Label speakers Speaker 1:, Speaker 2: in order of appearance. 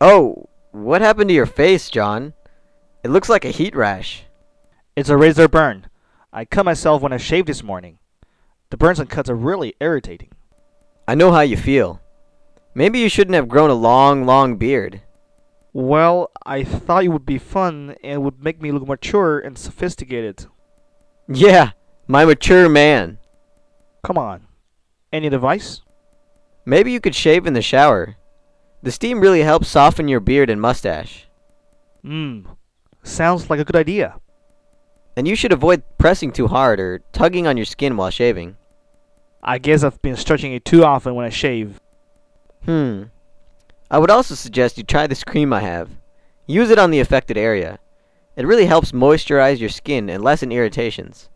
Speaker 1: Oh, what happened to your face, John? It looks like a heat rash.
Speaker 2: It's a razor burn. I cut myself when I shaved this morning. The burns and cuts are really irritating.
Speaker 1: I know how you feel. Maybe you shouldn't have grown a long, long beard.
Speaker 2: Well, I thought it would be fun and would make me look mature and sophisticated.
Speaker 1: Yeah, my mature man.
Speaker 2: Come on. Any advice?
Speaker 1: Maybe you could shave in the shower. The steam really helps soften your beard and mustache.
Speaker 2: Hmm. Sounds like a good idea.
Speaker 1: And you should avoid pressing too hard or tugging on your skin while shaving.
Speaker 2: I guess I've been stretching it too often when I shave.
Speaker 1: Hmm. I would also suggest you try this cream I have. Use it on the affected area. It really helps moisturize your skin and lessen irritations.